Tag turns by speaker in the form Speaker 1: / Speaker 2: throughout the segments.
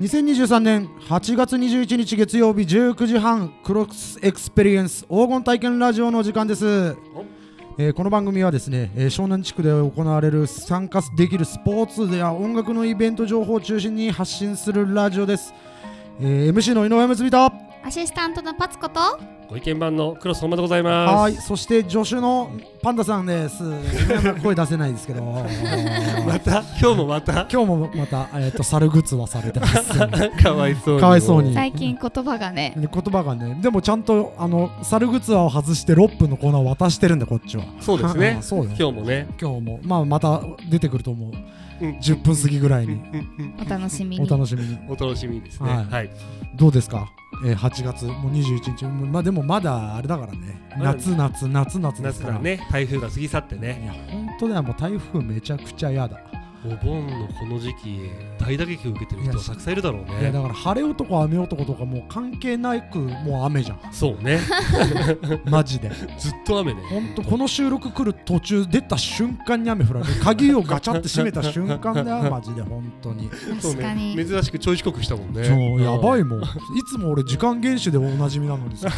Speaker 1: 2023年8月21日月曜日19時半クロスエクスペリエンス黄金体験ラジオの時間です、えーこの番組はですね、えー湘南地区で行われる参加できるスポーツや音楽のイベント情報を中心に発信するラジオです、えー MC の井上結びと
Speaker 2: アシスタントのパツコと
Speaker 3: ご意見番の黒相馬でございま
Speaker 1: は
Speaker 3: す。
Speaker 1: いそして助手のパンダさんです今まだ声出せないですけど
Speaker 3: また今日もまた
Speaker 1: 今日もまた、えー、と猿グッズはされてます
Speaker 3: かわいそうに
Speaker 1: かわいそうに
Speaker 2: 最近言葉がね
Speaker 1: で言葉がねでもちゃんとあの猿グツアーを外して6分のコーナーを渡してるんでこっちは
Speaker 3: そうですね
Speaker 1: あ そうよ
Speaker 3: 今日もね。
Speaker 1: 今日もまあまた出てくると思う
Speaker 3: うん
Speaker 1: 10分過ぎぐらいに
Speaker 2: お楽しみ
Speaker 1: お
Speaker 2: に
Speaker 1: 楽しみに
Speaker 3: お楽しみにですね。
Speaker 1: はい
Speaker 3: はい。
Speaker 1: どうですか、えー、8月もう21日もうまあでもまだあれだからね夏夏夏夏です
Speaker 3: 夏
Speaker 1: から
Speaker 3: だね。台風が過ぎ去ってね。
Speaker 1: いや本当だよもう台風めちゃくちゃ嫌だ
Speaker 3: お盆のこの時期大打撃を受けてる人はたくさんいるだろう
Speaker 1: いや
Speaker 3: ね
Speaker 1: だ。から晴れ男雨男とかもう関係なくもう雨じゃん
Speaker 3: そうね。
Speaker 1: マジで
Speaker 3: ずっと雨ね。
Speaker 1: 本当この収録来る途中出た瞬間に雨降られ る鍵をガチャって閉めた瞬間だよマジで本当に
Speaker 3: そう
Speaker 2: 確かに
Speaker 3: ね。珍しくちょい遅刻したもんね。
Speaker 1: そうやば
Speaker 3: い。
Speaker 1: いもんいつも俺時間厳守でおなじみなのに さ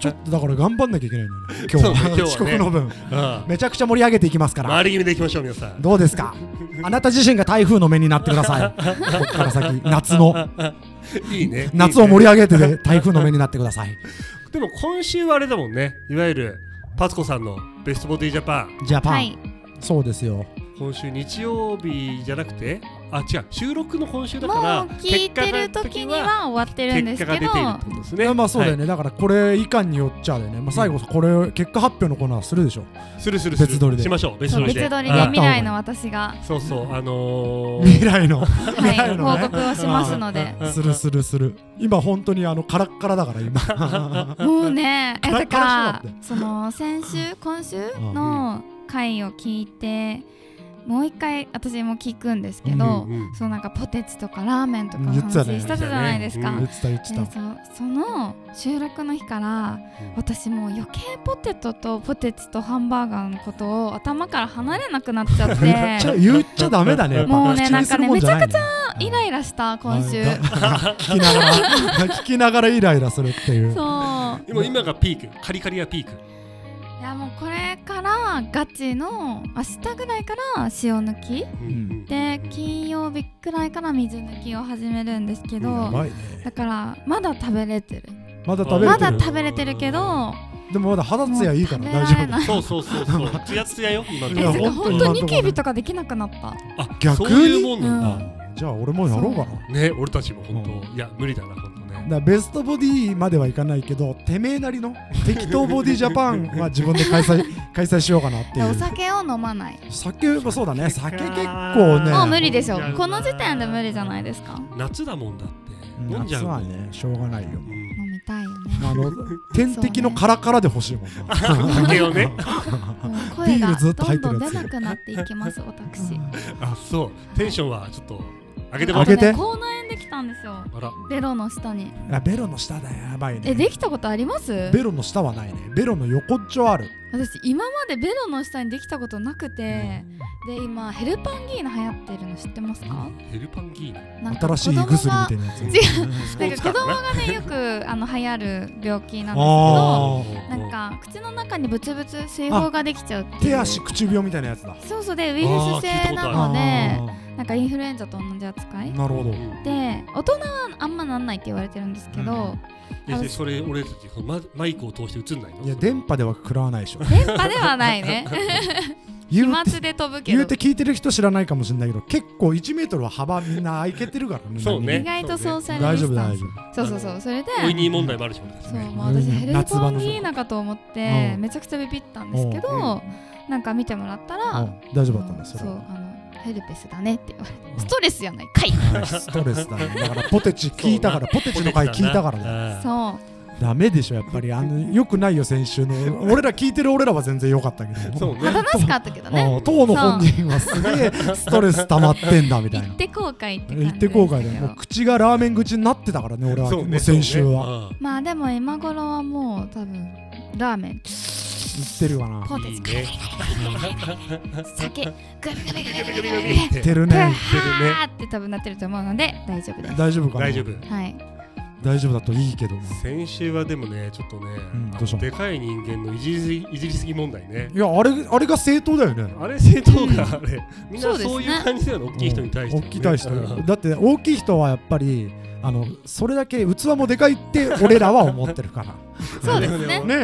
Speaker 1: ちょっとだから頑張んなきゃいけないのよね今日は
Speaker 3: そうね
Speaker 1: 遅刻
Speaker 3: 今日はね
Speaker 1: の分
Speaker 3: あ
Speaker 1: めちゃくちゃ盛り上げていきますか
Speaker 3: あ
Speaker 1: ら
Speaker 3: 回り気味でいきましょう皆さ ん。
Speaker 1: どうですかあなた自身が台風の目になってくだ さいこっから先夏の
Speaker 3: いいね。
Speaker 1: 夏を盛り上げてで台風の目になってください
Speaker 3: でも今週はあれだもんね。いわゆるパツコさんのベストボディジャパン。
Speaker 1: ジャパン、
Speaker 2: はい
Speaker 1: そうですよ
Speaker 3: 今週日曜日じゃなくてあ違う収録の今週だ
Speaker 2: もう
Speaker 3: から
Speaker 2: 聞いてる時には終わってるんです
Speaker 3: 結果が
Speaker 2: け
Speaker 3: 出
Speaker 2: ど
Speaker 3: ているってことです
Speaker 1: い
Speaker 3: ね
Speaker 1: やまあそうだよ
Speaker 3: ね、
Speaker 1: ね、だからこれ以下によっちゃだよね、まあ、最後これ結果発表のコーナーするでしょ
Speaker 3: はいするするする
Speaker 1: 別撮りで
Speaker 3: しましょう別
Speaker 2: そ
Speaker 3: 撮
Speaker 2: う
Speaker 3: り
Speaker 2: 別
Speaker 3: で
Speaker 2: 撮りで
Speaker 3: あ
Speaker 2: 未来の私が、
Speaker 3: そうそうあの
Speaker 1: 未
Speaker 3: ー、
Speaker 1: 来 の
Speaker 2: は
Speaker 1: 未来
Speaker 2: い、
Speaker 1: の
Speaker 2: 報
Speaker 1: ね
Speaker 2: 告をしますので
Speaker 1: するするする今本当にあのカラッカラだから今
Speaker 2: もうねえ
Speaker 1: カラ
Speaker 2: だ
Speaker 1: ッカラ
Speaker 2: か
Speaker 1: しなかったよ
Speaker 2: その先週今週の回を聞いてもう一回私も聞くんですけど、
Speaker 3: うんうん
Speaker 2: そうなんかポテチとかラーメンとか
Speaker 1: うん
Speaker 2: の
Speaker 1: 言ってたね
Speaker 2: 話したじゃないですか、
Speaker 3: うん
Speaker 1: 言ってた言って
Speaker 2: でそその収録の日から
Speaker 3: うん
Speaker 2: 私もう余計ポテトとポテチとハンバーガーのことを頭から離れなくなっちゃっ
Speaker 1: た言っちゃ
Speaker 2: て
Speaker 1: 言っちゃダメだねやっぱ
Speaker 2: もうね
Speaker 1: 口にするもじゃいね
Speaker 2: イライラした今週
Speaker 1: あだ聞きながら 聞きながらイライラするっていう
Speaker 2: そう
Speaker 3: でも今がピークカリカリがピーク
Speaker 2: いやもうこれからガチの明日ぐらいから塩抜き
Speaker 3: うん
Speaker 2: で金曜日くらいから水抜きを始めるんですけ
Speaker 1: や
Speaker 2: ど
Speaker 1: ばいね
Speaker 2: だからまだ食べれてる
Speaker 1: まだ食べれ
Speaker 2: ま
Speaker 1: て
Speaker 2: だ
Speaker 1: る
Speaker 2: 食べれてるけど
Speaker 1: でもまだ肌ツヤいいから大
Speaker 2: もう食
Speaker 1: 丈夫
Speaker 2: べられな
Speaker 3: そうそうそうそうつやつやよ今の
Speaker 1: い
Speaker 2: え
Speaker 1: や
Speaker 2: てか
Speaker 1: ほん
Speaker 2: 本
Speaker 1: とに
Speaker 2: 当にニキビとかできなくなった
Speaker 3: あ
Speaker 1: 逆に
Speaker 3: そういうもんなんだ、
Speaker 1: あじゃあ俺もやろうかな
Speaker 3: ね俺たちも本当、
Speaker 1: う
Speaker 3: いや無理だな本当ね
Speaker 1: だからベストボディまではいかないけどてめえなりの適当ボディジャパンは自分で開催開催しようかなって
Speaker 2: で
Speaker 1: い
Speaker 2: お
Speaker 1: う
Speaker 2: 酒を飲まない
Speaker 1: 酒もそうだね酒結構ね
Speaker 2: もう無理でしょ
Speaker 3: ね
Speaker 2: この時点で無理じゃないですか
Speaker 3: 夏だもんだって
Speaker 1: うん
Speaker 3: 飲んじゃう
Speaker 1: 夏
Speaker 3: も
Speaker 1: は
Speaker 3: ん
Speaker 1: ねしょうがないよ
Speaker 3: うん
Speaker 2: 飲みたいよね
Speaker 1: あの天敵のカラカラで欲しいもんな
Speaker 3: 酒をね
Speaker 2: もう声
Speaker 1: ビー
Speaker 2: が
Speaker 1: ルず
Speaker 2: ど
Speaker 1: っと入っ
Speaker 2: ん
Speaker 1: て
Speaker 2: ど
Speaker 1: る
Speaker 2: ん
Speaker 1: や
Speaker 2: 出
Speaker 1: つ
Speaker 2: なくなっていきま す私
Speaker 3: あそうテンションはちょっと上げて
Speaker 2: あ
Speaker 3: ま
Speaker 1: 上
Speaker 2: と
Speaker 3: す
Speaker 1: げて
Speaker 2: ね口内炎できたんですよ
Speaker 3: あら
Speaker 2: ベロの下に
Speaker 1: あベロの下だよやばい
Speaker 2: え
Speaker 1: ね
Speaker 2: できたことあります
Speaker 1: ベロの下はないねベロの横っちょある
Speaker 2: 私今までベロの下にできたことなくてで今ヘルパンギーナ流行ってるの知ってますか
Speaker 3: ヘルパンギー
Speaker 2: な
Speaker 3: ナ
Speaker 2: んか
Speaker 1: 新しい胃
Speaker 2: 子供
Speaker 1: 薬み
Speaker 2: が
Speaker 1: たいなやつ
Speaker 3: 違スポ
Speaker 2: なん
Speaker 3: ー
Speaker 2: か子
Speaker 3: ツカ
Speaker 2: 供
Speaker 3: ーかな
Speaker 2: がねよくあの流行る病気なん
Speaker 1: あ
Speaker 2: で
Speaker 1: ー
Speaker 2: すけどなんか口の中にブツブツ水泡ができちゃうっていう
Speaker 1: 手足口病みたいなやつだ
Speaker 2: そうそうでウイルス性なので
Speaker 1: あ
Speaker 2: なんかインフルエンザと同じ扱い
Speaker 1: ーなるほど
Speaker 3: うん
Speaker 2: で大人はあんまなんないって言われてるんですけど、
Speaker 3: で
Speaker 2: あの
Speaker 3: でそれ俺たちこうママイクを通して映んないの
Speaker 1: いや電波では食らわないでしょ
Speaker 2: 電波ではな いね飛
Speaker 1: 言う
Speaker 2: 沫
Speaker 1: て
Speaker 2: で飛ぶけ
Speaker 1: 言
Speaker 2: ど
Speaker 1: うて聞いてる人知らないかもしれないけど結構1メートルは幅みんな空いけてるからね
Speaker 3: そうね
Speaker 2: 意外とソーシャル
Speaker 1: 大
Speaker 2: デ
Speaker 1: 丈
Speaker 2: ィ
Speaker 1: 夫
Speaker 2: スタ
Speaker 1: 大
Speaker 2: ンス
Speaker 1: 丈
Speaker 2: そうそうそうそれで
Speaker 3: オイニー問題もあるし俺たち
Speaker 2: そう
Speaker 3: ね
Speaker 2: もう私ヘル
Speaker 1: 夏場
Speaker 2: パ
Speaker 1: の
Speaker 2: ン
Speaker 1: さ
Speaker 2: ギーナかと思っ
Speaker 1: う
Speaker 2: て
Speaker 1: ん
Speaker 2: めちゃくちゃビビったんですけ
Speaker 3: うん
Speaker 2: どなんか見てもらった
Speaker 1: 夫、
Speaker 2: ら
Speaker 1: うん大丈夫だったんだそれ
Speaker 2: そう
Speaker 1: は
Speaker 2: あのヘルペスだねって言われて
Speaker 1: うん
Speaker 2: ストレスやないかい
Speaker 1: はいストレス だねだからポテチ聞いたからポテチの回聞いたからだよ
Speaker 3: ら
Speaker 2: そう
Speaker 1: ダメでしょやっぱりあのよくないよ先週の俺ら聞いてる俺らは全然良かったけど
Speaker 3: そうね
Speaker 2: 楽しかったけどね
Speaker 1: うん当の本人はすげえストレス溜まってんだみたい
Speaker 2: 行
Speaker 1: な
Speaker 2: って後悔って感じで
Speaker 1: 言
Speaker 2: し
Speaker 1: ったて
Speaker 2: け
Speaker 1: 後悔
Speaker 2: ど
Speaker 1: だよもう口がラーメン口になってたからね俺は
Speaker 3: そうね
Speaker 1: 先週は
Speaker 3: そうね
Speaker 2: まあでも今頃はもう多分ラーメン
Speaker 1: 知ってるわな
Speaker 2: ポテ
Speaker 3: いい
Speaker 2: チ
Speaker 3: ね
Speaker 2: 酒グビグビグビグビグビグビ
Speaker 3: 見
Speaker 1: 知って
Speaker 3: て
Speaker 1: る
Speaker 2: プ
Speaker 1: ね
Speaker 2: ハーって多分なってると思うので大丈夫です
Speaker 1: 大丈夫かな
Speaker 3: 大丈夫
Speaker 2: はい
Speaker 1: 大丈夫だといいけど
Speaker 3: 先週はでもねちょっとね、
Speaker 1: ん
Speaker 3: あの
Speaker 1: どうしたの
Speaker 3: でかい人間のいじりすぎいじりすぎ問題ね
Speaker 1: いやあれあれが正当だよね
Speaker 3: あれ正当があれ、みん
Speaker 2: そ
Speaker 3: な
Speaker 2: うですね
Speaker 3: そういう感じだよね大きい人に対して、ね、
Speaker 1: 大きい対して
Speaker 3: うん
Speaker 1: だって大きい人はやっぱりあのそれだけ器もでかいって俺らは思ってるから
Speaker 2: そうですね
Speaker 1: ね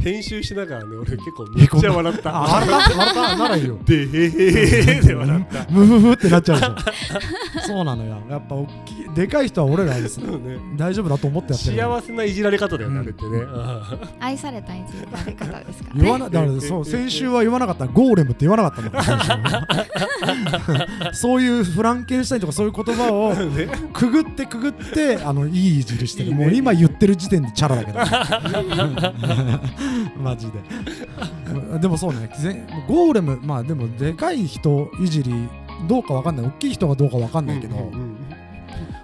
Speaker 2: うん
Speaker 3: 編集しながらね俺結構めっちゃ笑った
Speaker 1: ああれだあれだならいい よ
Speaker 3: で へへへへで笑った
Speaker 1: ムフフってなっちゃうで しょそうなのよやっぱ大きいでかい人は俺らです
Speaker 3: そうね
Speaker 1: 大丈夫だと思ってやってる
Speaker 3: 幸せないじられ方だよ
Speaker 1: う
Speaker 3: ね、
Speaker 1: ん
Speaker 3: あれってね。あ
Speaker 2: 愛された一時のあり方ですから
Speaker 1: 言わ
Speaker 2: ね
Speaker 1: なだからそう先週は言わなかったゴーレムって言わなかったのか先週 そういうフランケンシュタインとかそういう言葉を
Speaker 3: ーね
Speaker 1: くぐってくぐってあのいいじりしてる
Speaker 3: いいね
Speaker 1: もう今言ってる時点でチャラだけど マジででもそうねぜゴーレムまあでもでかい人いじりどうかわかんない大きい人がどうかわかんないけど、
Speaker 3: うんうん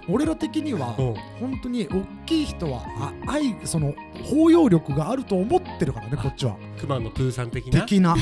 Speaker 1: 俺ら的には
Speaker 3: うん
Speaker 1: 本当に大きい人はあ愛その包容力があると思ってるからねこっちは
Speaker 3: クマのプーさん的な。
Speaker 1: 的な
Speaker 2: そ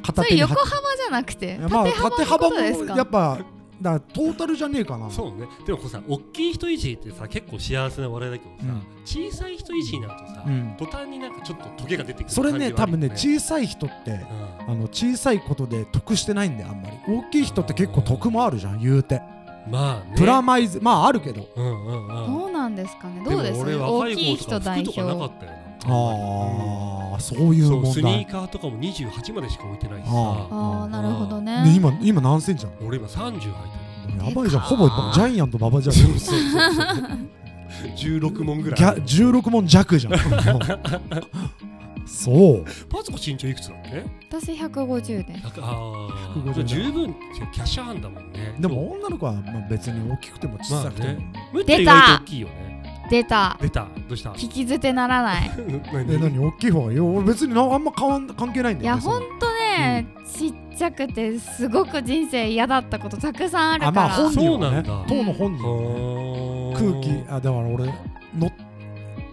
Speaker 1: 片
Speaker 2: れ
Speaker 1: 手に
Speaker 2: 横
Speaker 1: は
Speaker 2: 幅じゃなくて
Speaker 1: まあ
Speaker 2: 縦幅のことです
Speaker 1: や
Speaker 2: か
Speaker 1: っぱだからトータルじゃねえかな
Speaker 3: そうね。でもこうさ、大きい人いじりってさ、結構幸せな笑いだけどさ、
Speaker 1: うん
Speaker 3: 小さい人いじりになるとさ、
Speaker 1: うん
Speaker 3: 途端になんかちょっとトゲが出てくる
Speaker 1: それね多
Speaker 3: 感じはあるよ
Speaker 1: 分ね小さい人ってあの小さいことで得してないんだよあんまり大きい人って結構得もあるじゃん言うて
Speaker 3: うんまあね。
Speaker 1: プラマイズまああるけど
Speaker 3: うんうんうん。
Speaker 2: どうなんですかねどうです
Speaker 3: も俺若
Speaker 2: 大
Speaker 3: い
Speaker 2: きい
Speaker 3: 子と
Speaker 2: 人
Speaker 3: か
Speaker 2: 代
Speaker 3: 服と
Speaker 2: 表
Speaker 3: かなかったよな。
Speaker 1: ああそういう
Speaker 3: そう
Speaker 1: 問
Speaker 3: スニ
Speaker 1: 題
Speaker 3: ーカーとかも28までしか置いてないし
Speaker 1: あ
Speaker 3: さ、
Speaker 2: ああなるほどね
Speaker 1: ね今今何センチな
Speaker 3: 俺今30履いてる。
Speaker 1: のやばいじゃんほぼジャイアント馬場じゃん
Speaker 3: そうそう そう。16問ぐらい
Speaker 1: ギャ。16問弱 じゃんそう
Speaker 3: パツコ身長いくつだっけ
Speaker 2: 私150です
Speaker 3: 100あ
Speaker 1: 150
Speaker 3: あじゃあ十分キャッシャーハンだもんね
Speaker 1: でも女の子はまあ別に大きくても小さくても、
Speaker 3: ムッて意外と大きいよね
Speaker 2: 出た
Speaker 3: 出たどうした
Speaker 2: 聞き捨てならない
Speaker 1: え
Speaker 3: 何
Speaker 1: 何大きい方がいいよ俺別になあんま変わん関係ないん
Speaker 2: い
Speaker 1: だよ
Speaker 2: や
Speaker 1: ね
Speaker 2: ほんとねちっちゃくてすごく人生嫌だったことたくさんある
Speaker 1: あま
Speaker 2: か
Speaker 1: あ
Speaker 2: ら
Speaker 1: 本人は
Speaker 3: そうな
Speaker 1: ね
Speaker 3: んだ
Speaker 1: 当の本人はね
Speaker 3: は
Speaker 1: 空
Speaker 3: ー
Speaker 1: 気あだから俺の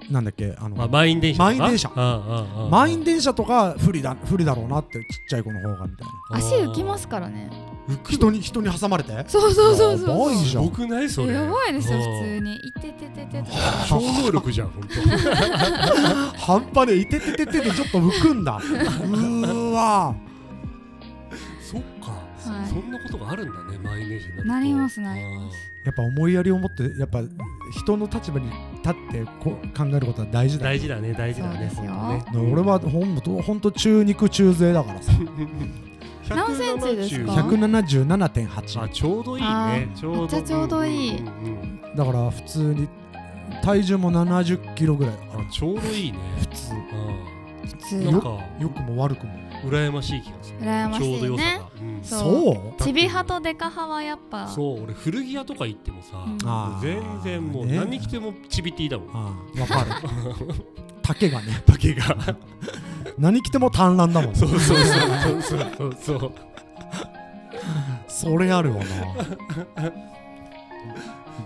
Speaker 1: なんだっけあの、
Speaker 3: あ満員電車
Speaker 1: 満員電車
Speaker 3: 車
Speaker 1: 満員電車とか不利だ不利だろうなってちっちゃい子の方がみたいな
Speaker 2: 足浮きますすからね
Speaker 1: 人に人に挟まれて
Speaker 2: そうそうそうそう
Speaker 1: やばいじ
Speaker 3: すごくないそれ
Speaker 2: やばいですよ
Speaker 3: うん
Speaker 2: 普通にいててててて
Speaker 3: 超能力じゃん 本
Speaker 1: 半端でいてててててちょっと浮くんだうーわ
Speaker 3: 当そっか
Speaker 2: はい
Speaker 3: そんなことがあるんだね満員電車に
Speaker 2: なりますなります
Speaker 1: やっぱ思いやりを持ってやっぱ人の立場に立ってこう考えることは大事だよ
Speaker 3: 大事だね大事だね
Speaker 2: そうですよ
Speaker 3: 本当
Speaker 1: だから
Speaker 3: ね
Speaker 1: 俺はほんとほんと中肉中背だからさ
Speaker 2: 何センチですか
Speaker 3: 170
Speaker 1: 177.8
Speaker 3: あちょうどいい
Speaker 2: あ
Speaker 3: ね
Speaker 2: ー
Speaker 3: ちょうど
Speaker 2: めっちゃちょうどいい
Speaker 3: んうんうん
Speaker 1: だから普通に体重も70キロぐらいだから
Speaker 3: あちょうどいいね
Speaker 1: 普通
Speaker 3: う
Speaker 2: 普
Speaker 3: ん
Speaker 2: 通
Speaker 3: なんか
Speaker 1: 良くも悪くも
Speaker 3: 羨ましい気がする
Speaker 2: 羨ましいね
Speaker 3: ちょうど良さがうん
Speaker 2: そう
Speaker 1: そう
Speaker 2: ちびはとデカははやっぱ
Speaker 3: そう俺古着屋とか行ってもさ
Speaker 2: うん
Speaker 1: あー
Speaker 3: 全然もう
Speaker 1: ね
Speaker 3: 何着てもチビティだもん
Speaker 1: ああわかる丈がね
Speaker 3: 竹が
Speaker 1: 何着ても短乱だもんね
Speaker 3: そうそうそうそうそうそうそう
Speaker 1: それあるよな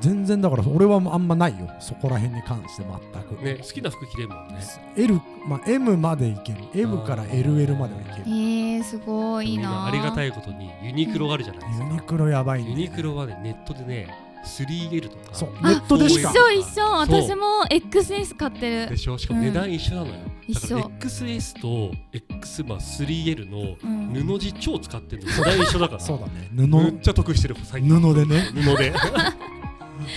Speaker 1: 全然だから俺はもうあんまないよそこら辺に関して全く、
Speaker 3: ね好きな服着れんもんね
Speaker 1: L まあ、M までいける M から LL まではいけ
Speaker 2: え
Speaker 1: る
Speaker 2: ー、すごいいいな
Speaker 3: ありがたいことにユニクロがあるじゃないです
Speaker 1: ユ
Speaker 3: か
Speaker 1: ニクロやばい
Speaker 3: ユ
Speaker 1: ね
Speaker 3: ニクロはねネットでね 3L とか
Speaker 1: そう
Speaker 2: あ
Speaker 1: ネットでし
Speaker 2: 一
Speaker 1: か
Speaker 2: 緒一緒
Speaker 3: そう
Speaker 2: 私も X ニュース買って
Speaker 3: で
Speaker 2: る
Speaker 3: しょしかも値段一緒なのよ、
Speaker 2: 一
Speaker 3: だ
Speaker 2: 緒
Speaker 3: から XS と X、まあ、3L の
Speaker 2: うん
Speaker 3: 布地超使ってるの値段一緒だから
Speaker 1: そうだね
Speaker 3: めっ
Speaker 1: 布
Speaker 3: ちゃ得してる最近
Speaker 1: 布でね
Speaker 3: 布で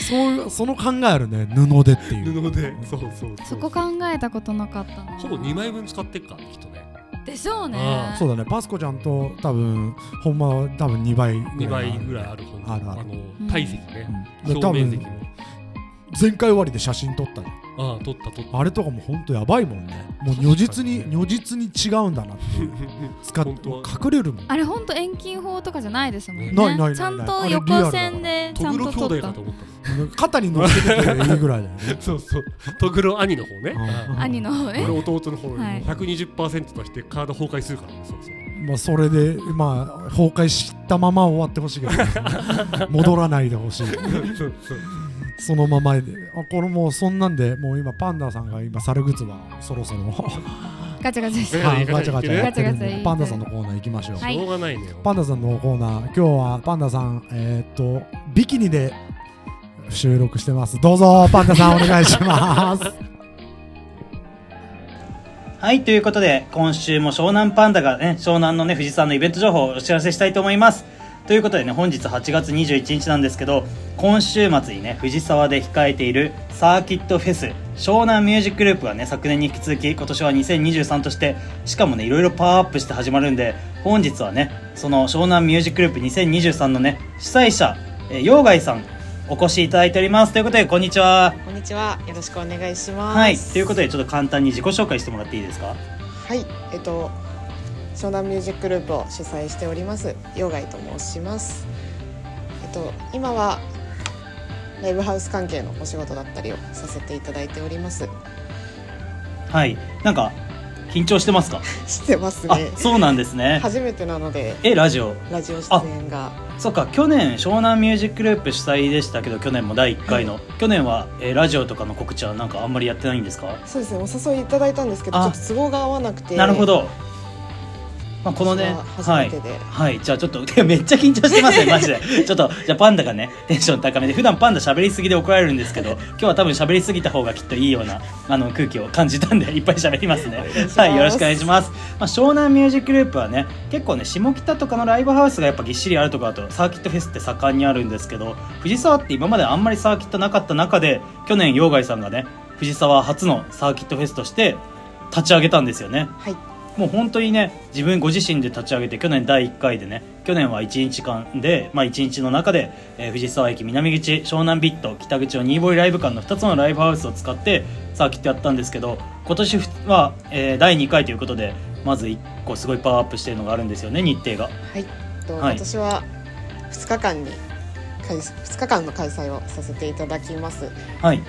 Speaker 1: そういうその考えあるね布でっていう
Speaker 3: 布でそうそうそう
Speaker 2: そこ考えたことなかったな
Speaker 3: ほぼ2枚分使ってっからきっとね
Speaker 2: でしょう
Speaker 3: あ
Speaker 2: ね
Speaker 1: そうだねパスコちゃんと多分ほんまは多分2倍ぐ
Speaker 3: 2
Speaker 1: らい
Speaker 3: 倍ぐらいある本当
Speaker 1: あるある
Speaker 2: うん
Speaker 3: の体積ね、
Speaker 1: うんで多
Speaker 3: 表面積
Speaker 1: 分
Speaker 3: も
Speaker 1: 前回終わりで写真撮ったじゃん
Speaker 3: ああ取った取っ
Speaker 1: あれとかも本当やばいもんね。もう如実に如実に違うんだなっていう。
Speaker 3: た
Speaker 1: 使って
Speaker 3: 本当は
Speaker 1: 隠れるもん。
Speaker 2: あれほんと遠近法とかじゃないですもんね
Speaker 1: ないないないない
Speaker 2: ちゃんと横線でちゃ
Speaker 3: ト
Speaker 2: ん
Speaker 3: グロ
Speaker 2: と
Speaker 3: 兄
Speaker 2: 撮
Speaker 3: 弟
Speaker 2: っ
Speaker 3: か
Speaker 2: た
Speaker 3: と思ったも
Speaker 1: 肩に乗せてていいぐらいだよ ね。
Speaker 3: んそうそうトグロ兄の方ね
Speaker 1: ああ
Speaker 2: 兄の方ね
Speaker 3: 俺弟の方
Speaker 2: はい
Speaker 3: 120%として体崩壊するからねそうそう
Speaker 1: まあそれでまあ崩壊したまま終わってほしいけど、 戻らないでほしい。
Speaker 3: そうそう
Speaker 1: その ままで。あこれもうそんなんでもう今パンダさんが今猿グッズはそろそろ
Speaker 2: ガチャガチャして
Speaker 3: え
Speaker 1: はいガチャガチャやってるん
Speaker 2: ガチャガチャ言っ
Speaker 1: で
Speaker 2: て
Speaker 1: パンダさんのコーナー行きましょう
Speaker 2: はい
Speaker 3: しょうがないね
Speaker 1: パンダさんのコーナー今日はパンダさんえーっとビキニで収録してますどうぞパンダさんお願いします
Speaker 4: はい、ということで、今週も湘南パンダがね、湘南のね、富士山のイベント情報をお知らせしたいと思います。ということでね、本日8月21日なんですけど、今週末にね、藤沢で控えているサーキットフェス、湘南ミュージックグループがね、昨年に引き続き、今年は2023として、しかもね、いろいろパワーアップして始まるんで、本日はね、その湘南ミュージックグループ2023のね、主催者、えー、陽外さん、お越しいただいております。ということで、こんにちは。
Speaker 5: こんにちは。よろしくお願いします。
Speaker 4: はい、ということで、ちょっと簡単に自己紹介してもらっていいですか
Speaker 5: はい、えっと湘南ミュージックグループを主催しておりますヨガイと申します。えっと今はライブハウス関係のお仕事だったりをさせていただいております。
Speaker 4: はい。なんか、緊張してますか、
Speaker 5: してます
Speaker 4: あ
Speaker 5: ね、。
Speaker 4: そうなんですね。
Speaker 5: 初めてなので
Speaker 4: え、ラジオ。
Speaker 5: ラジオ出演が
Speaker 4: そっか、去年、湘南ミュージックグループ主催でしたけど、去年も第1回の。去年は、えーラジオとかの告知はなんかあんまりやってないんですか
Speaker 5: そうですねお誘いいただいたんですけど
Speaker 4: あ
Speaker 5: ちょっと都合が合わなくて
Speaker 4: なるほど。まあ、このね、
Speaker 5: 私は
Speaker 4: は
Speaker 5: 初め
Speaker 4: い。
Speaker 5: てで、
Speaker 4: はい、じゃあちょっと、 てかめっちゃ緊張して ますね、マジで。ちょっと、じゃあパンダがね、テンション高めで、普段パンダ喋りすぎで怒られるんですけど、今日は多分喋りすぎた方がきっといいような、あの、空気を感じたんで、いっ ぱい喋りますね。
Speaker 5: す
Speaker 4: はい、よろしくお願いします。まあ、湘南ミュージックグループはね、結構ね、下北とかのライブハウスがやっぱぎっしりあるとかだと、サーキットフェスって盛んにあるんですけど、藤沢って今まであんまりサーキットなかった中で、去年、陽外さんがね、藤沢初のサーキットフェスとして立ち上げたんですよね。
Speaker 5: はい
Speaker 4: もう本当にね自分ご自身で立ち上げて去年第1回でね去年は1日間で、まあ、1日の中で、えー藤沢駅南口湘南ビット北口のニーボイライブ館の2つのライブハウスを使ってサーキットやったんですけど今年は、えー第2回ということでまず1個すごいパワーアップしてるのがあるんですよね日程が。
Speaker 5: はい、えっと
Speaker 4: はい
Speaker 5: 私は2日間に開2日間の開催をさせていただきます。
Speaker 4: はい、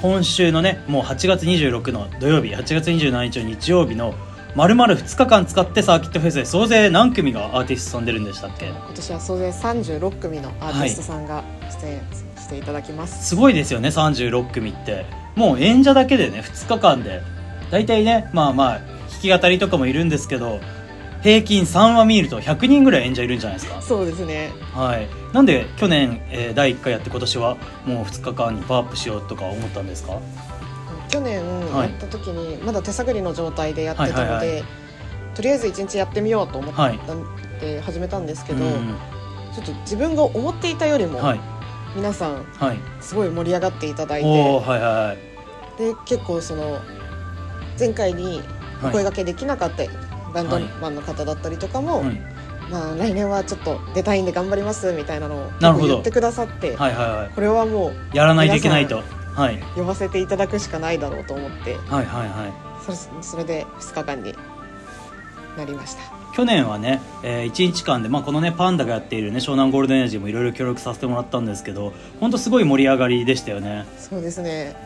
Speaker 4: 今週のねもう8月26の土曜日8月27日の日曜日の丸々2日間使ってサーキットフェスで総勢何組がアーティストさん出るんでしたっけ
Speaker 5: 今年は総勢36組のアーティストさんが出演していただきます、
Speaker 4: すごいですよね36組ってもう演者だけでね2日間で大体ねまあまあ弾き語りとかもいるんですけど平均3話見ると100人ぐらい演者いるんじゃないですか
Speaker 5: そうですね
Speaker 4: はいなんで去年、えー第1回やって今年はもう2日間にパワーアップしようとか思ったんですか
Speaker 5: 去年
Speaker 4: は
Speaker 5: や
Speaker 4: い
Speaker 5: った時にまだ手探りの状態でやってたので、
Speaker 4: はいはいは
Speaker 5: とりあえず1日やってみようと思っ
Speaker 4: はい
Speaker 5: たんで始めたんですけど、
Speaker 4: うん
Speaker 5: ちょっと自分が思っていたよりも
Speaker 4: はい
Speaker 5: 皆さん
Speaker 4: はい
Speaker 5: すごい盛り上がっていただいて、
Speaker 4: おおはいはいはい
Speaker 5: で結構その前回にお声掛けできなかったバンドマンの方だったりとかも、
Speaker 4: うん
Speaker 5: まあ、来年はちょっと出たいんで頑張りますみたいなのを
Speaker 4: なるほど
Speaker 5: 言ってくださって、
Speaker 4: はいはいは
Speaker 5: これはもう
Speaker 4: いやらないといけないとはい
Speaker 5: 呼ばせていただくしかないだろうと思って
Speaker 4: はいはいはい
Speaker 5: それそれで2日間になりました
Speaker 4: 去年はね、え1日間で、まあ、このねパンダがやっているね湘南ゴールデンエナジーもいろいろ協力させてもらったんですけど本当すごい盛り上がりでしたよね
Speaker 5: そうですね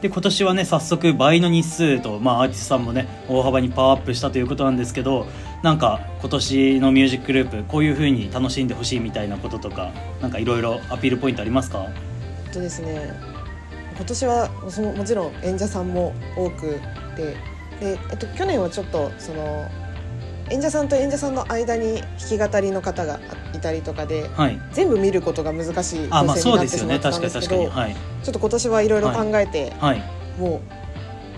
Speaker 4: で今年はね早速倍の日数と、まあ、アーティストさんもね大幅にパワーアップしたということなんですけどなんか今年のミュージックグループこういう風に楽しんでほしいみたいなこととかなんかいろいろアピールポイントありますか
Speaker 5: えっとですね今年はそのもちろん演者さんも多くてで、えっと、去年はちょっとその演者さんと演者さんの間に弾き語りの方がいたりとかで
Speaker 4: はい
Speaker 5: 全部見ることが難しい路
Speaker 4: あまあ
Speaker 5: 線
Speaker 4: そ
Speaker 5: に
Speaker 4: う
Speaker 5: な
Speaker 4: で
Speaker 5: って
Speaker 4: す
Speaker 5: し
Speaker 4: よ
Speaker 5: ま
Speaker 4: ね
Speaker 5: ったん
Speaker 4: 確か
Speaker 5: で
Speaker 4: に確
Speaker 5: すけ
Speaker 4: か
Speaker 5: ど、
Speaker 4: にはい
Speaker 5: ちょっと今年はいろいろ考えて、
Speaker 4: はい
Speaker 5: も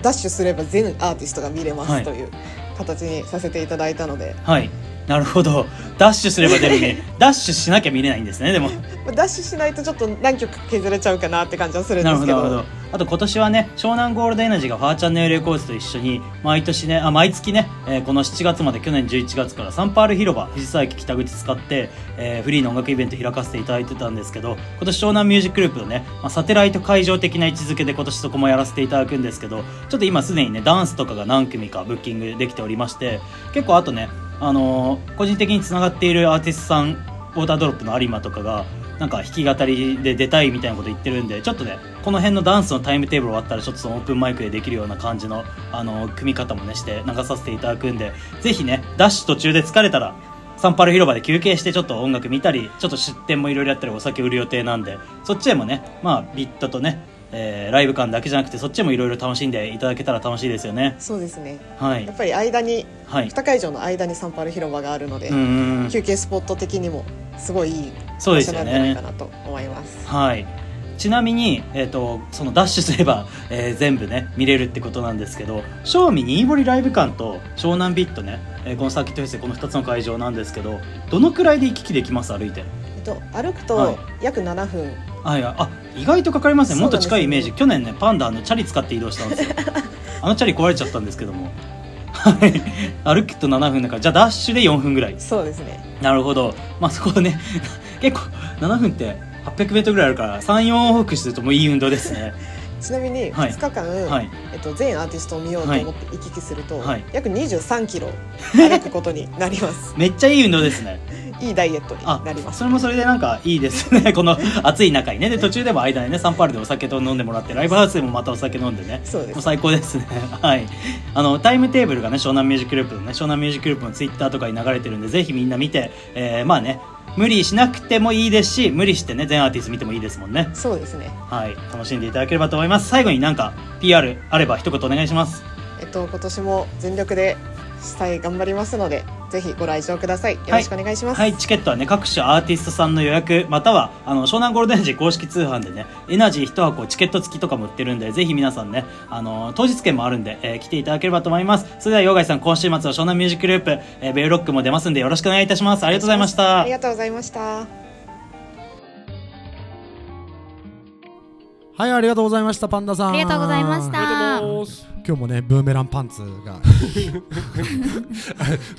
Speaker 5: うダッシュすれば全アーティストが見れま
Speaker 4: はい
Speaker 5: すという形にさせていただいたので、
Speaker 4: はいなるほどダッシュすれば出るねダッシュしなきゃ見れないんですねでも
Speaker 5: まあダッシュしないとちょっと何曲削れちゃうかなって感じはするん
Speaker 4: なる
Speaker 5: です
Speaker 4: ほど
Speaker 5: けど
Speaker 4: なるほどあと今年はね湘南ゴールデンエナジーがファーチャンネルレコーズと一緒に毎年ねあ毎月ね、えーこの7月まで去年11月からサンパール広場藤沢駅北口使って、えーフリーの音楽イベント開かせていただいてたんですけど今年湘南ミュージックグループのね、まあ、サテライト会場的な位置づけで今年そこもやらせていただくんですけどちょっと今すでにねダンスとかが何組かブッキングできておりまして結構あとねあのー個人的につながっているアーティストさんウォータードロップの有馬とかがなんか弾き語りで出たいみたいなこと言ってるんでちょっとねこの辺のダンスのタイムテーブル終わったらちょっとそのオープンマイクでできるような感じのあの組み方もねして流させていただくんでぜひねダッシュ途中で疲れたらサンパル広場で休憩してちょっと音楽見たりちょっと出店もいろいろやったりお酒売る予定なんでそっちでもねまあビットとねえーライブ感だけじゃなくてそっちもいろいろ楽しんでいただけたら楽しいですよね
Speaker 5: そうですね
Speaker 4: は
Speaker 5: やっ
Speaker 4: い
Speaker 5: ぱり間に
Speaker 4: はい
Speaker 5: 2会場の間にサンパル広場があるので、
Speaker 4: うんうんうん
Speaker 5: 休憩スポット的にもすごいいい
Speaker 4: そう
Speaker 5: 場
Speaker 4: です
Speaker 5: 所
Speaker 4: よ
Speaker 5: なんじゃない
Speaker 4: ね
Speaker 5: かなと思います。
Speaker 4: はいちなみに、えー、とそのダッシュすれば、えー全部ね見れるってことなんですけど正味新堀ライブ館と湘南ビットね、えーこのサーキットフェスこの2つの会場なんですけどどのくらいで行き来できます歩いて
Speaker 5: えっと、歩く
Speaker 4: は
Speaker 5: と約7分、
Speaker 4: あいやあ意外とかかりますねもっと近いイメージ、
Speaker 5: そ
Speaker 4: 去年ねパンダあのチャリ使って移動したんです よあのチャリ壊れちゃったんですけどもはい歩くと7分だからじゃあダッシュで4分ぐらい
Speaker 5: そうですね
Speaker 4: なるほどまあそこはね 結構7分って 800m ぐらいあるから34往復するともういい運動ですね
Speaker 5: ちなみに
Speaker 4: はい
Speaker 5: 2日間、
Speaker 4: はい
Speaker 5: えっと、全アーティストを見ようと思って行き来すると、
Speaker 4: はい
Speaker 5: 約23キロ 歩くことになります
Speaker 4: めっちゃいい運動ですね
Speaker 5: いいダイエットに
Speaker 4: あ
Speaker 5: なります
Speaker 4: それもそれでなんかいいですね この暑い中にねで途中でも間にねサンパールでお酒と飲んでもらってライブハウスでもまたお酒飲んでね
Speaker 5: そうで
Speaker 4: もう
Speaker 5: す
Speaker 4: 最高ですね はいあのタイムテーブルがね湘南ミュージックグループのね湘南ミュージックグループのツイッターとかに流れてるんでぜひみんな見て、えーまあね無理しなくてもいいですし無理してね全アーティスト見てもいいですもんね
Speaker 5: そうですね
Speaker 4: はい楽しんでいただければと思います最後になんか PR あれば一言お願いします
Speaker 5: えっと今年も全力で主催頑張りますのでぜひご来場くださいよろしくお願いします、
Speaker 4: はい、チケットはね、各種アーティストさんの予約、または、あの、湘南ゴールデンジ公式通販でね、エナジー一箱チケット付きとかも売ってるんで、ぜひ皆さんね、あの、当日券もあるんで、えー来ていただければと思います。それでは、ガイさん、今週末は湘南ミュージックグループ、えーベルロックも出ますんで、よろしくお願いいたします。ありがとうございました。
Speaker 5: ありがとうございました
Speaker 1: はいありがとうございましたパンダさん
Speaker 2: ありがとうございまし
Speaker 3: ありが
Speaker 2: た
Speaker 3: とうございます
Speaker 1: 今日もねブーメランパンツ が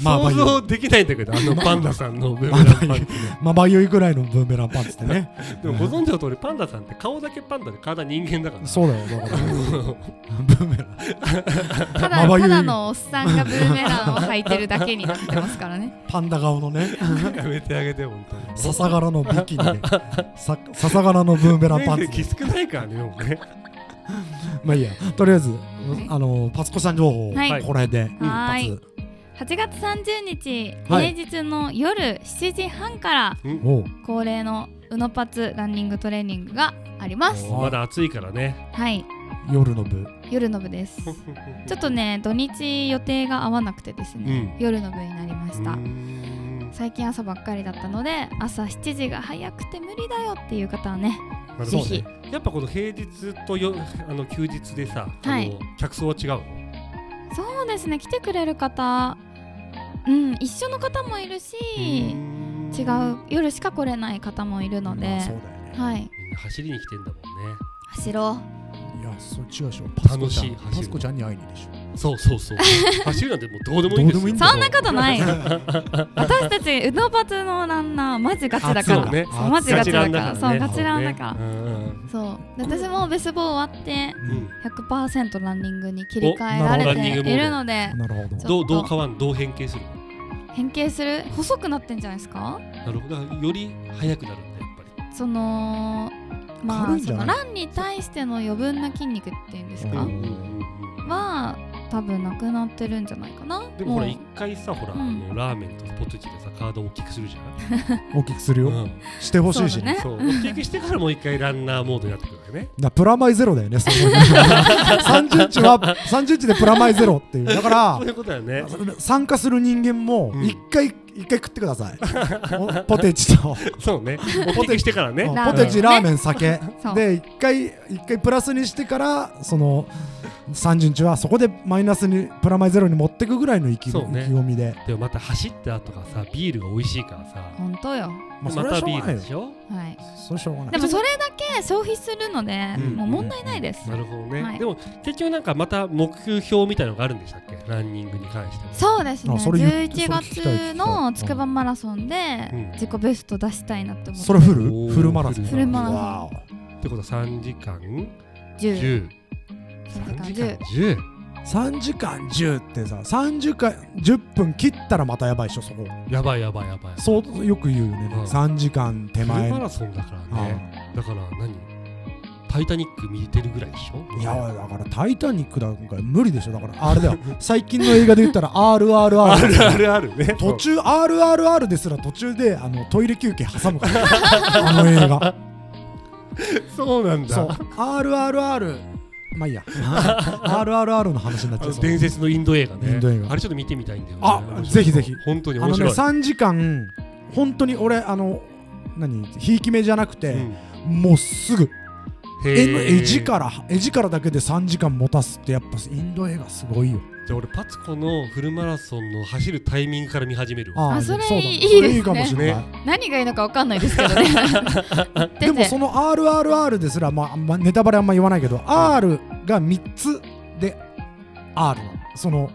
Speaker 1: まあまあ
Speaker 3: 想
Speaker 1: いいよ
Speaker 3: 像できないんだけどあのパンダさんのブーメランパンツね
Speaker 1: まばゆいぐらいのブーメランパンツってね
Speaker 3: でもご存知の通りパンダさんって顔だけパンダで体人間だから
Speaker 1: そうだよだからブーメランま
Speaker 2: ただ
Speaker 1: ばゆい
Speaker 2: ただのおっさんがブーメランを履いてるだけになってますからね
Speaker 1: パンダ顔のね
Speaker 3: やめてあげて本当に
Speaker 1: 笹柄のビキニでさ笹柄のブーメランパンツ
Speaker 3: 面積
Speaker 1: で
Speaker 3: 少ないからねもうね
Speaker 1: まあいいやとりあえず
Speaker 2: い
Speaker 1: あのパツコさん情報をこ
Speaker 2: はい
Speaker 1: れで一
Speaker 2: はーい
Speaker 1: 発
Speaker 2: 8月30日、
Speaker 1: はい
Speaker 2: 平日の夜7時半から
Speaker 1: おう
Speaker 2: 恒例のうのぱつランニングトレーニングがあります
Speaker 3: まだ暑いからね
Speaker 2: はい
Speaker 1: 夜の部
Speaker 2: 夜の部 ですちょっとね土日予定が合わなくてですね、
Speaker 3: う
Speaker 2: 夜の部になりました、
Speaker 3: うーん
Speaker 2: 最近朝ばっかりだったので朝7時が早くて無理だよっていう方はね
Speaker 3: なるほど
Speaker 2: ぜひ
Speaker 3: やっぱこの平日とよあの休日でさ、
Speaker 2: はい
Speaker 3: あの客層は違うの
Speaker 2: そうですね来てくれる方うん一緒の方もいるし、違う夜しか来れない方もいるので
Speaker 1: まあ、そうだよね
Speaker 2: はい
Speaker 3: みんな走りに来てんだもんね
Speaker 2: 走ろ
Speaker 1: いやそっちはしょパツコちゃ
Speaker 3: 楽しい
Speaker 1: ん
Speaker 3: 走る
Speaker 1: パツコちゃんに会いにでしょ
Speaker 3: そうそうそう 走るなんてもうどうでもいいんです
Speaker 1: ど
Speaker 3: よ
Speaker 1: うでもいい
Speaker 2: うん
Speaker 1: だ
Speaker 2: そんなこと ない私たちうのぱつのランナーマジガチだか
Speaker 3: そう
Speaker 2: ら、
Speaker 3: ね
Speaker 1: そう
Speaker 2: マジガチだから
Speaker 3: ガチ
Speaker 2: そう
Speaker 3: ラン
Speaker 2: ガチランだから、
Speaker 3: ねうん
Speaker 2: そうで私もベースボール終わって
Speaker 3: うんうん
Speaker 2: 100%ランニングに切り替えら
Speaker 1: おな
Speaker 2: れ
Speaker 1: るほど
Speaker 3: ランニングモ
Speaker 2: て
Speaker 3: ード
Speaker 2: いるので
Speaker 1: なるほど
Speaker 2: ちょっ
Speaker 3: どう
Speaker 2: と
Speaker 3: どう変わんどう変形する
Speaker 2: 変形する細くなってんじゃないですか
Speaker 3: なるほどだからより速くなるんだやっぱり
Speaker 2: そのま
Speaker 1: 軽
Speaker 2: あ
Speaker 1: いんじ
Speaker 2: そ
Speaker 1: ゃな
Speaker 2: の
Speaker 1: い
Speaker 2: ランに対しての余分な筋肉っていうんです
Speaker 1: う
Speaker 2: か
Speaker 1: ん
Speaker 2: は多分なくなってるんじゃないかな
Speaker 3: でもほら
Speaker 2: う
Speaker 3: 一回さほら、
Speaker 2: うん
Speaker 3: あのラーメンとポテチでさ体を大きくするじゃ
Speaker 1: 大きくする
Speaker 3: ん、
Speaker 1: よ
Speaker 3: うん
Speaker 1: してほしいし
Speaker 2: そうだね
Speaker 3: そう大きくしてからもう一回ランナーモードになってくるわけね
Speaker 1: だプラマイゼロだよね、そ の30日は30日でプラマイゼロっていう、だか
Speaker 3: そういうことだよね
Speaker 1: ら参加する人間も
Speaker 3: うん
Speaker 1: 一回、一回食ってください、おポテチと、
Speaker 3: そう ね大きくしてからね
Speaker 1: うん
Speaker 2: ラーメ
Speaker 1: ポ
Speaker 2: ン
Speaker 1: テチ、ラーメン、酒
Speaker 2: そう
Speaker 1: で一回、一回プラスにしてから、その30日はそこでマイナスにプラマイゼロに持ってくぐらいの意気,、
Speaker 3: そうね
Speaker 1: 意気込みで、
Speaker 3: でもまた走った後がさビールが美味しいからさ
Speaker 2: 本当よ
Speaker 1: まあ、そ
Speaker 3: ま
Speaker 1: れはしたょう
Speaker 3: ビ
Speaker 1: が
Speaker 3: ー
Speaker 1: ない
Speaker 3: ル
Speaker 1: よ
Speaker 3: で、しょ
Speaker 2: はい
Speaker 1: それはしょうがな
Speaker 2: で
Speaker 1: い。
Speaker 2: もそれだけ消費するので、
Speaker 3: うん
Speaker 2: もう問題ないです、
Speaker 3: なるほどね、
Speaker 2: はい
Speaker 3: でも結局なんかまた目標みたいのがあるんでしたっけランニングに関しては
Speaker 2: そうですね
Speaker 1: あそれ言う
Speaker 2: 11
Speaker 1: それ聞きたい聞
Speaker 2: 月
Speaker 1: きたい
Speaker 2: のつくばマラソンで
Speaker 3: うん
Speaker 2: 自己ベスト出したいなって思って
Speaker 1: それフル
Speaker 3: おー
Speaker 1: フルマラソン。
Speaker 3: フ
Speaker 2: ルマラソン
Speaker 1: わ
Speaker 3: ってことは3時間
Speaker 2: 10
Speaker 3: 10
Speaker 2: 3
Speaker 3: 3
Speaker 2: 時
Speaker 3: 時
Speaker 2: 間
Speaker 3: 間10
Speaker 1: お3時間10ってさ、3時間10分切ったらまたやばいでしょ、そこ。
Speaker 3: やばいやばいやばい
Speaker 1: そうよく言うよね、
Speaker 3: うん
Speaker 1: 3時間手
Speaker 3: フ
Speaker 1: 前
Speaker 3: ルマラソンだからね
Speaker 1: あ
Speaker 3: だから何タイタニック見てるぐらいでしょ
Speaker 1: いやだから「タイタニック」なんか無理でしょだからあれだよ 最近の映画で言ったら「
Speaker 3: あ
Speaker 1: RRR
Speaker 3: るあるあるね」
Speaker 1: 途中「RRR」ですら途中であのトイレ休憩挟むからあの映画
Speaker 3: そうなん
Speaker 1: そう
Speaker 3: だ
Speaker 1: RRR ま あいいや RRR の話になっ
Speaker 3: あ
Speaker 1: ちゃ
Speaker 3: の
Speaker 1: うそう
Speaker 3: 伝説のインド映画ね
Speaker 1: インド映画
Speaker 3: あれちょっと見てみたいんだよね
Speaker 1: あ
Speaker 3: 面白
Speaker 1: ぜ
Speaker 3: い
Speaker 1: ひぜひ
Speaker 3: 本当に
Speaker 1: あ
Speaker 3: 面
Speaker 1: のね
Speaker 3: 白い
Speaker 1: 3時間本当に俺あの何ひいき目じゃなくて、
Speaker 3: うん
Speaker 1: もうすぐ
Speaker 3: へ
Speaker 1: 絵の
Speaker 3: ー
Speaker 1: 絵力絵力だけで3時間持たすってやっぱインド映画すごいよ
Speaker 3: じゃあ俺パツコのフルマラソンの走るタイミングから見始めるわ
Speaker 1: あー
Speaker 2: あそれ
Speaker 1: うだ
Speaker 2: いい
Speaker 1: それ
Speaker 2: いいですね
Speaker 1: かもしれない、
Speaker 2: 何がいいのかわかんないですけどね
Speaker 1: で
Speaker 2: 出
Speaker 1: も
Speaker 2: て
Speaker 1: その RRR ですら、まああんま、ネタバレあんま言わないけど、R が3つで R なのその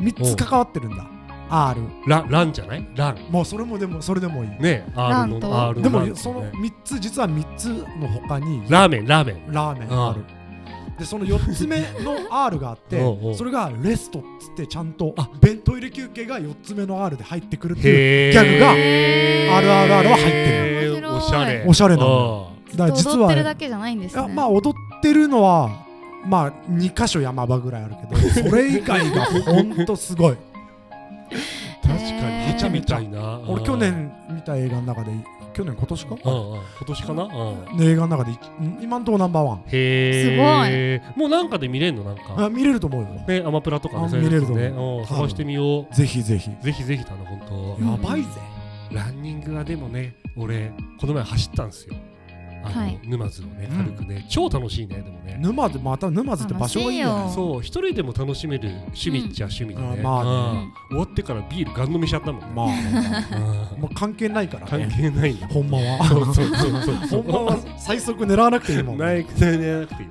Speaker 1: 3つ関わってるんだ R
Speaker 3: ランランじゃないラン
Speaker 1: もうそれもでもそれでもいい
Speaker 3: ね R
Speaker 2: ラン
Speaker 3: の
Speaker 2: と
Speaker 3: R
Speaker 1: で
Speaker 3: のラン
Speaker 1: も
Speaker 3: ね
Speaker 1: その3つ実は3つの他に
Speaker 3: ラーメンラーメン
Speaker 1: ラーメン
Speaker 3: うん
Speaker 1: あるでその4つ目の R があっ
Speaker 3: おうお
Speaker 1: て
Speaker 3: う
Speaker 1: それがレストっつってちゃんと弁トイレ休憩が4つ目の R で入ってくるっていう
Speaker 3: へー
Speaker 1: ギャグが
Speaker 3: へー
Speaker 1: RRR は入って
Speaker 2: る面白い
Speaker 3: おしゃれ
Speaker 1: おしゃれな
Speaker 3: あ
Speaker 1: のだから実
Speaker 2: 踊っ
Speaker 1: は
Speaker 2: てるだけじゃないんで
Speaker 1: い
Speaker 2: す
Speaker 1: や
Speaker 2: ね
Speaker 1: まあ踊ってるのはまあ2箇所山場ぐらいある けどそれ以外がほんとすごい
Speaker 3: ー確かに
Speaker 2: へー
Speaker 3: ハチみたいな
Speaker 1: 俺去年見た映画の中で去年今年か
Speaker 3: うんうん今年かなうん
Speaker 1: 映画の中で一今んとこナンバーワン
Speaker 3: へえすごいもうなんかで見れるのなんか
Speaker 1: あ見れると思うよ
Speaker 3: ねアマプラとか
Speaker 1: あ
Speaker 3: ねそういうやつ
Speaker 1: 見れ
Speaker 3: ね
Speaker 1: ると思う
Speaker 3: うん
Speaker 1: 多分
Speaker 3: 探してみよ
Speaker 1: ぜひぜひや
Speaker 3: うぜひぜひだな本
Speaker 1: ばいぜ
Speaker 3: 当ランニングはでもね俺この前走ったんですよあの
Speaker 2: はい
Speaker 3: 沼津をね
Speaker 1: うん
Speaker 3: 軽くね超楽しいねでもね
Speaker 1: 沼津また沼津って場所がいいよね
Speaker 2: 楽しいよ
Speaker 3: そう一人でも楽しめる趣味っちゃ趣味でね
Speaker 1: うんあまあ
Speaker 2: ね
Speaker 3: うん終わってからビールガン飲みしちゃったもんね
Speaker 1: まあ
Speaker 3: うん
Speaker 1: もう関係ないから
Speaker 3: 関
Speaker 1: ね
Speaker 3: 係ないんだ
Speaker 1: ほんま
Speaker 3: そ
Speaker 1: は
Speaker 3: うそうそうそう
Speaker 1: ほんまは最速狙わなくていいもん
Speaker 3: な
Speaker 1: ね
Speaker 3: いくてねなくていい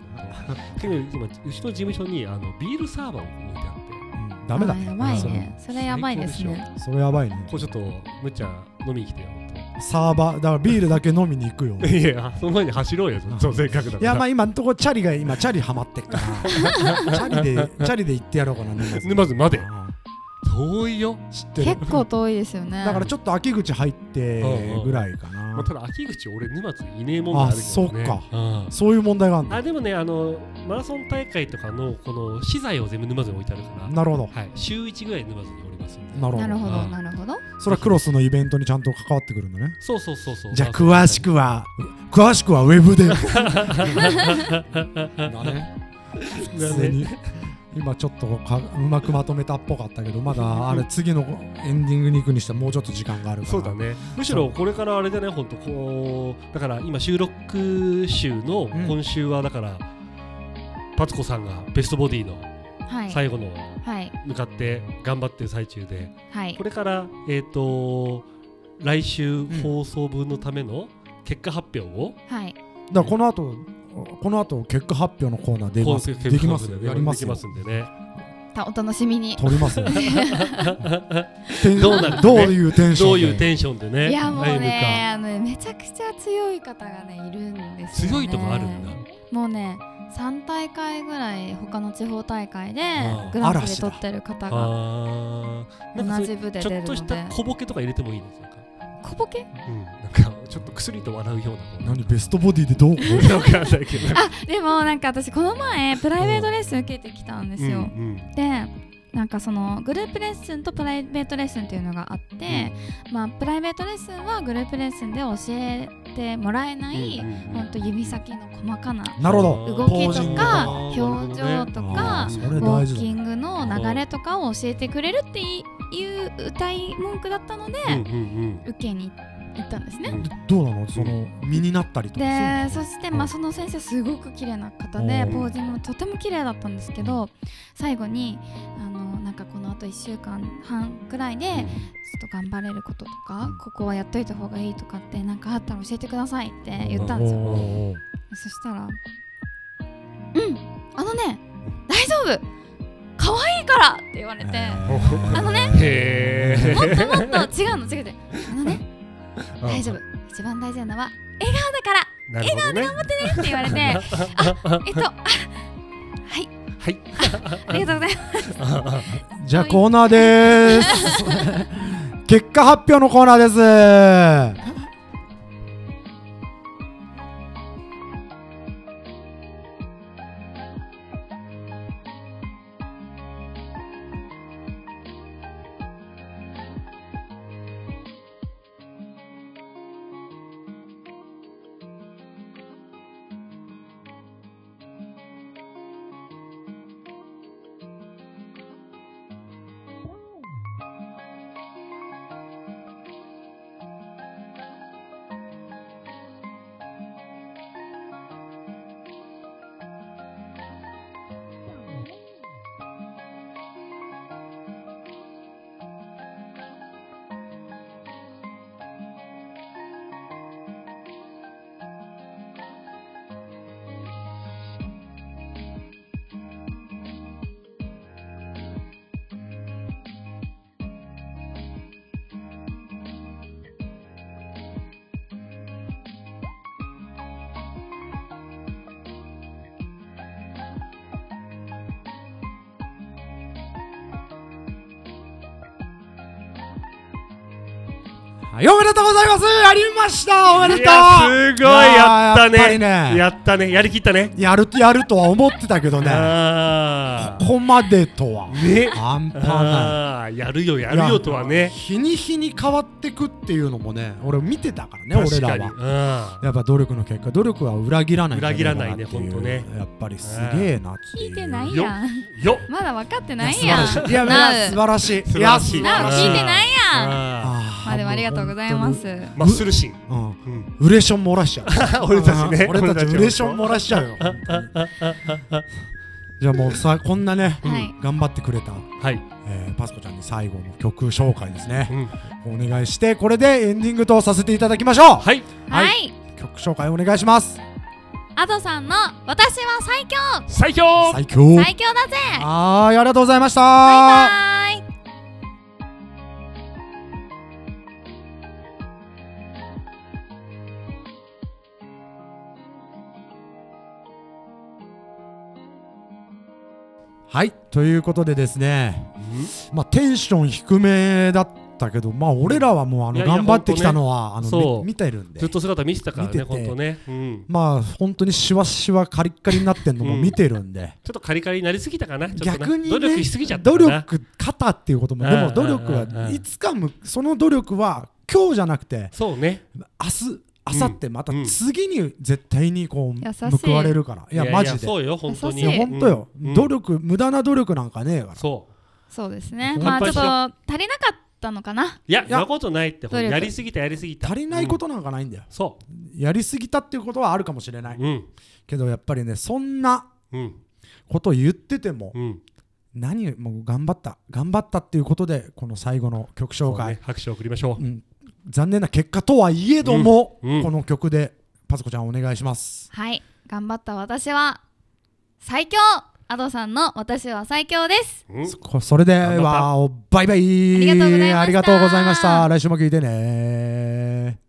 Speaker 3: のでも今うちの事務所にあのビールサーバーを置いてあって
Speaker 1: うんダメだね
Speaker 2: あやばい
Speaker 1: それ
Speaker 2: ねそれやばいです
Speaker 3: 最
Speaker 2: ね
Speaker 1: それやばいね
Speaker 3: こうちょっとむっちゃん飲みに来てよ本
Speaker 1: サーバーだからビールだけ飲みに行くよ
Speaker 3: 当 いやその前に走ろうよそうせっかくだ
Speaker 1: い
Speaker 3: か
Speaker 1: やま
Speaker 3: ら
Speaker 1: あ今んとこチャリが今チャリハマってっから チャリでチャリで行ってやろうかな沼津
Speaker 3: 沼津まで
Speaker 1: あ
Speaker 3: 遠いよ
Speaker 1: あ知ってる
Speaker 2: 結構遠いですよね
Speaker 1: だからちょっと秋口入ってぐらいか
Speaker 3: まあ
Speaker 1: な
Speaker 3: ただ秋口俺沼津いねえもんがあるけどね
Speaker 1: あそっ
Speaker 3: か
Speaker 1: そういう問題があるんだ
Speaker 3: あでもねあのマラソン大会とかのこの資材を全部沼津に置いてあるから
Speaker 1: なるほど
Speaker 3: はい週一ぐらい沼津におりますんで
Speaker 1: なるほ
Speaker 2: なる
Speaker 1: ど
Speaker 2: ほど
Speaker 3: あ
Speaker 2: なるほど
Speaker 1: それはクロスのイベントにちゃんと関わってくるんだね
Speaker 3: そうそうそうそう
Speaker 1: じゃあ詳しくは詳しくはウェブ でだね
Speaker 3: だ
Speaker 1: 普通
Speaker 3: ね
Speaker 1: に今ちょっとかうまくまとめたっぽかったけどまだあれ次のエンディングに行くにしてもうちょっと時間があるから
Speaker 3: そうだねむしろこれからあれだね本当こうだから今収録週の
Speaker 1: うん
Speaker 3: 今週はだから、パツコさんがベストボディの
Speaker 2: はい
Speaker 3: 最後の
Speaker 2: はい
Speaker 3: 向かって頑張ってる最中で
Speaker 2: はい
Speaker 3: これからえっ、と来週
Speaker 1: ん
Speaker 3: 放送分のための結果発表を
Speaker 2: はい
Speaker 1: だからこの後この後結果発表のコーナー出
Speaker 3: こ
Speaker 1: ま
Speaker 3: う
Speaker 1: す
Speaker 3: 結果
Speaker 1: できます
Speaker 3: 発
Speaker 1: よ
Speaker 3: 表で
Speaker 1: やります
Speaker 3: でき
Speaker 1: よ
Speaker 3: ますんでね
Speaker 2: たお楽しみに
Speaker 1: 取り ますよテン
Speaker 3: どうなるかね
Speaker 1: どういうテンション
Speaker 3: ど
Speaker 1: で
Speaker 3: ういうテンションでね
Speaker 2: いやもう
Speaker 3: ライブか
Speaker 2: ねあのめちゃくちゃ強い方がねいるんですよ、ね、
Speaker 3: 強いとこあるんだ
Speaker 2: もうね3大会ぐらい他の地方大会で
Speaker 3: ああ
Speaker 2: グランプリ
Speaker 1: 嵐だ
Speaker 2: 取ってる方が
Speaker 3: あーなんか
Speaker 2: 同
Speaker 3: そうい
Speaker 2: じ
Speaker 3: う
Speaker 2: 部で
Speaker 3: ち
Speaker 2: 出る
Speaker 3: ょっ
Speaker 2: の
Speaker 3: とした
Speaker 2: で
Speaker 3: 小ボケとか入れてもいいですか
Speaker 2: 小ボケ
Speaker 3: うん、なんかちょっと薬と笑うようなこう
Speaker 1: 何ベストボディでどう
Speaker 3: わかんないけど。
Speaker 2: でもなんか私この前プライベートレッスン受けてきたんですよ、
Speaker 3: うん
Speaker 2: でなんかそのグループレッスンとプライベートレッスンっていうのがあって、まあプライベートレッスンはグループレッスンで教えてもらえない、ほんと指先の細かな
Speaker 1: なるほど
Speaker 2: 動き
Speaker 1: ポージン
Speaker 2: と
Speaker 1: グ
Speaker 2: か
Speaker 3: あー
Speaker 2: 表情と
Speaker 1: あー
Speaker 2: かウ
Speaker 1: それ
Speaker 2: ォ
Speaker 1: 大
Speaker 2: ーキ
Speaker 1: 事だ
Speaker 2: ングの流れとかを教えてくれるっていう歌い文句だったので
Speaker 3: うんうん
Speaker 2: 受けに行ったんです
Speaker 3: う
Speaker 2: ね。
Speaker 3: ん
Speaker 1: どうなのその身になったりとか
Speaker 2: でそ
Speaker 1: す
Speaker 2: してまあその先生すごく綺麗な方
Speaker 1: う
Speaker 2: で
Speaker 1: ん
Speaker 2: ポージングもとても綺麗だったんですけど最後にあのなんかこのあと1週間半くらいでちょっと頑張れることとかここはやっといた方がいいとかってなんかあったら教えてくださいって言ったん
Speaker 1: る
Speaker 2: です
Speaker 1: の
Speaker 2: よ。
Speaker 1: おー
Speaker 2: そしたら「うんあのね大丈夫可愛いから!」って言われてあのね
Speaker 3: へ
Speaker 2: 「も
Speaker 3: え。
Speaker 2: っともっと違うの違う違うあの ね大丈夫一番大事なのは笑顔だから!」
Speaker 3: なるほどね。
Speaker 2: って言わ れて「あえっとあはい
Speaker 3: はい。
Speaker 2: ありがとうございます
Speaker 1: じゃあコーナーでー す結果発表のコーナーですはいおめでとうございますやりましたおめでとう
Speaker 3: いやすごいやったね
Speaker 1: いやーやっぱりね
Speaker 3: やったねやりきったね
Speaker 1: やるやるとは思ってたけどね
Speaker 3: あ
Speaker 1: ここまでとは
Speaker 3: ーね
Speaker 1: 半端ない
Speaker 3: あーやるよやるよとはね
Speaker 1: 日に日に変わってくっていうのもね俺見てたからね俺
Speaker 3: 確からに
Speaker 1: は
Speaker 3: うん
Speaker 1: やっぱ努力の結果努力は裏切らないんだ
Speaker 3: 裏切らないね
Speaker 1: ってう
Speaker 3: ほんとね
Speaker 1: やっぱりすげえなってい
Speaker 2: 聞
Speaker 1: う
Speaker 2: いてないやん
Speaker 3: よっ
Speaker 2: まだ分かって
Speaker 1: いや
Speaker 2: ない
Speaker 1: 素晴
Speaker 2: やん
Speaker 1: らしいいやい
Speaker 2: な
Speaker 1: や
Speaker 2: う
Speaker 1: 素晴らしい
Speaker 3: 素晴らしい
Speaker 2: なあ聞いてないやん
Speaker 3: あ
Speaker 1: あー
Speaker 2: まあでもありがとうございます
Speaker 3: ーマッスルシーン
Speaker 1: 本
Speaker 3: う
Speaker 1: 当
Speaker 3: ん
Speaker 1: にうんウレション漏らしちゃう
Speaker 3: 俺たちね
Speaker 1: うん 俺たちウレション
Speaker 3: も
Speaker 1: 漏らしちゃう よ本当にじゃあもうさこんなね
Speaker 2: はい
Speaker 1: 頑張ってくれた
Speaker 3: はい
Speaker 1: えーパスコちゃんに最後の曲紹介ですね
Speaker 3: うん
Speaker 1: お願いしてこれでエンディングとさせていただきましょう
Speaker 3: はい
Speaker 1: はい
Speaker 2: はい
Speaker 1: 曲紹介お願いします
Speaker 2: アドさんの私は最強
Speaker 3: 最強
Speaker 1: 最強
Speaker 2: 最強だぜ
Speaker 1: はいありがとうございました
Speaker 2: バイバイ
Speaker 1: はいということでですねまあテンション低めだったけどまあ俺らはもうあ
Speaker 3: い
Speaker 1: の
Speaker 3: やいや
Speaker 1: 頑張ってきたのはあ
Speaker 3: んとね
Speaker 1: の
Speaker 3: そう
Speaker 1: み見てるんで
Speaker 3: ずっと姿見せたから
Speaker 1: 見て
Speaker 3: ね
Speaker 1: て
Speaker 3: 本当ねうん
Speaker 1: まあ本当にしわしわカリッカリになってんのも見てるんで、
Speaker 3: ちょっとカリカリになりすぎたかなちょっとな
Speaker 1: 逆に、ね、
Speaker 3: 努力しすぎちゃった
Speaker 1: 努
Speaker 3: かな
Speaker 1: 力肩っていうことも
Speaker 3: うん
Speaker 1: でも努力
Speaker 3: うんうん
Speaker 1: は
Speaker 3: うん
Speaker 1: いつかむその努力は今日じゃなくて
Speaker 3: そうね
Speaker 1: 明日明後日また
Speaker 3: うん
Speaker 1: 次に絶対にこう
Speaker 2: 優しい
Speaker 1: 報われるからいやマジで
Speaker 3: そうよ本当に
Speaker 1: いや本当よ、
Speaker 3: うん
Speaker 1: 努力無駄な努力なんかねえから
Speaker 3: そう
Speaker 2: そうですねま
Speaker 3: 乾
Speaker 2: あちょっ
Speaker 3: 杯しよう
Speaker 2: と足りなかったのかない
Speaker 3: や
Speaker 1: いや
Speaker 3: なことないってほん
Speaker 2: 努力
Speaker 3: やりすぎたやりすぎた
Speaker 1: 足りないこ
Speaker 3: うん
Speaker 1: となんかないんだよ、
Speaker 3: そ
Speaker 1: やりすぎたっていうことはあるかもしれないう
Speaker 3: うん
Speaker 1: けどやっぱりねそんな
Speaker 3: うん
Speaker 1: ことを言ってても
Speaker 3: うん
Speaker 1: 何もう頑張った頑張ったっていうことでこの最後の曲紹
Speaker 3: そう
Speaker 1: 介
Speaker 3: ね拍手を送りましょう
Speaker 1: うん、残念な結果とはいえども、
Speaker 3: うんうん
Speaker 1: この曲でパスコちゃんお願いします
Speaker 2: はい頑張った私は最強アドさんの私は最強です
Speaker 3: うん
Speaker 1: こそれで
Speaker 3: 頑張った
Speaker 1: はバイバイ
Speaker 2: ありがとうございました
Speaker 1: ありがとうございました来週も聞いてね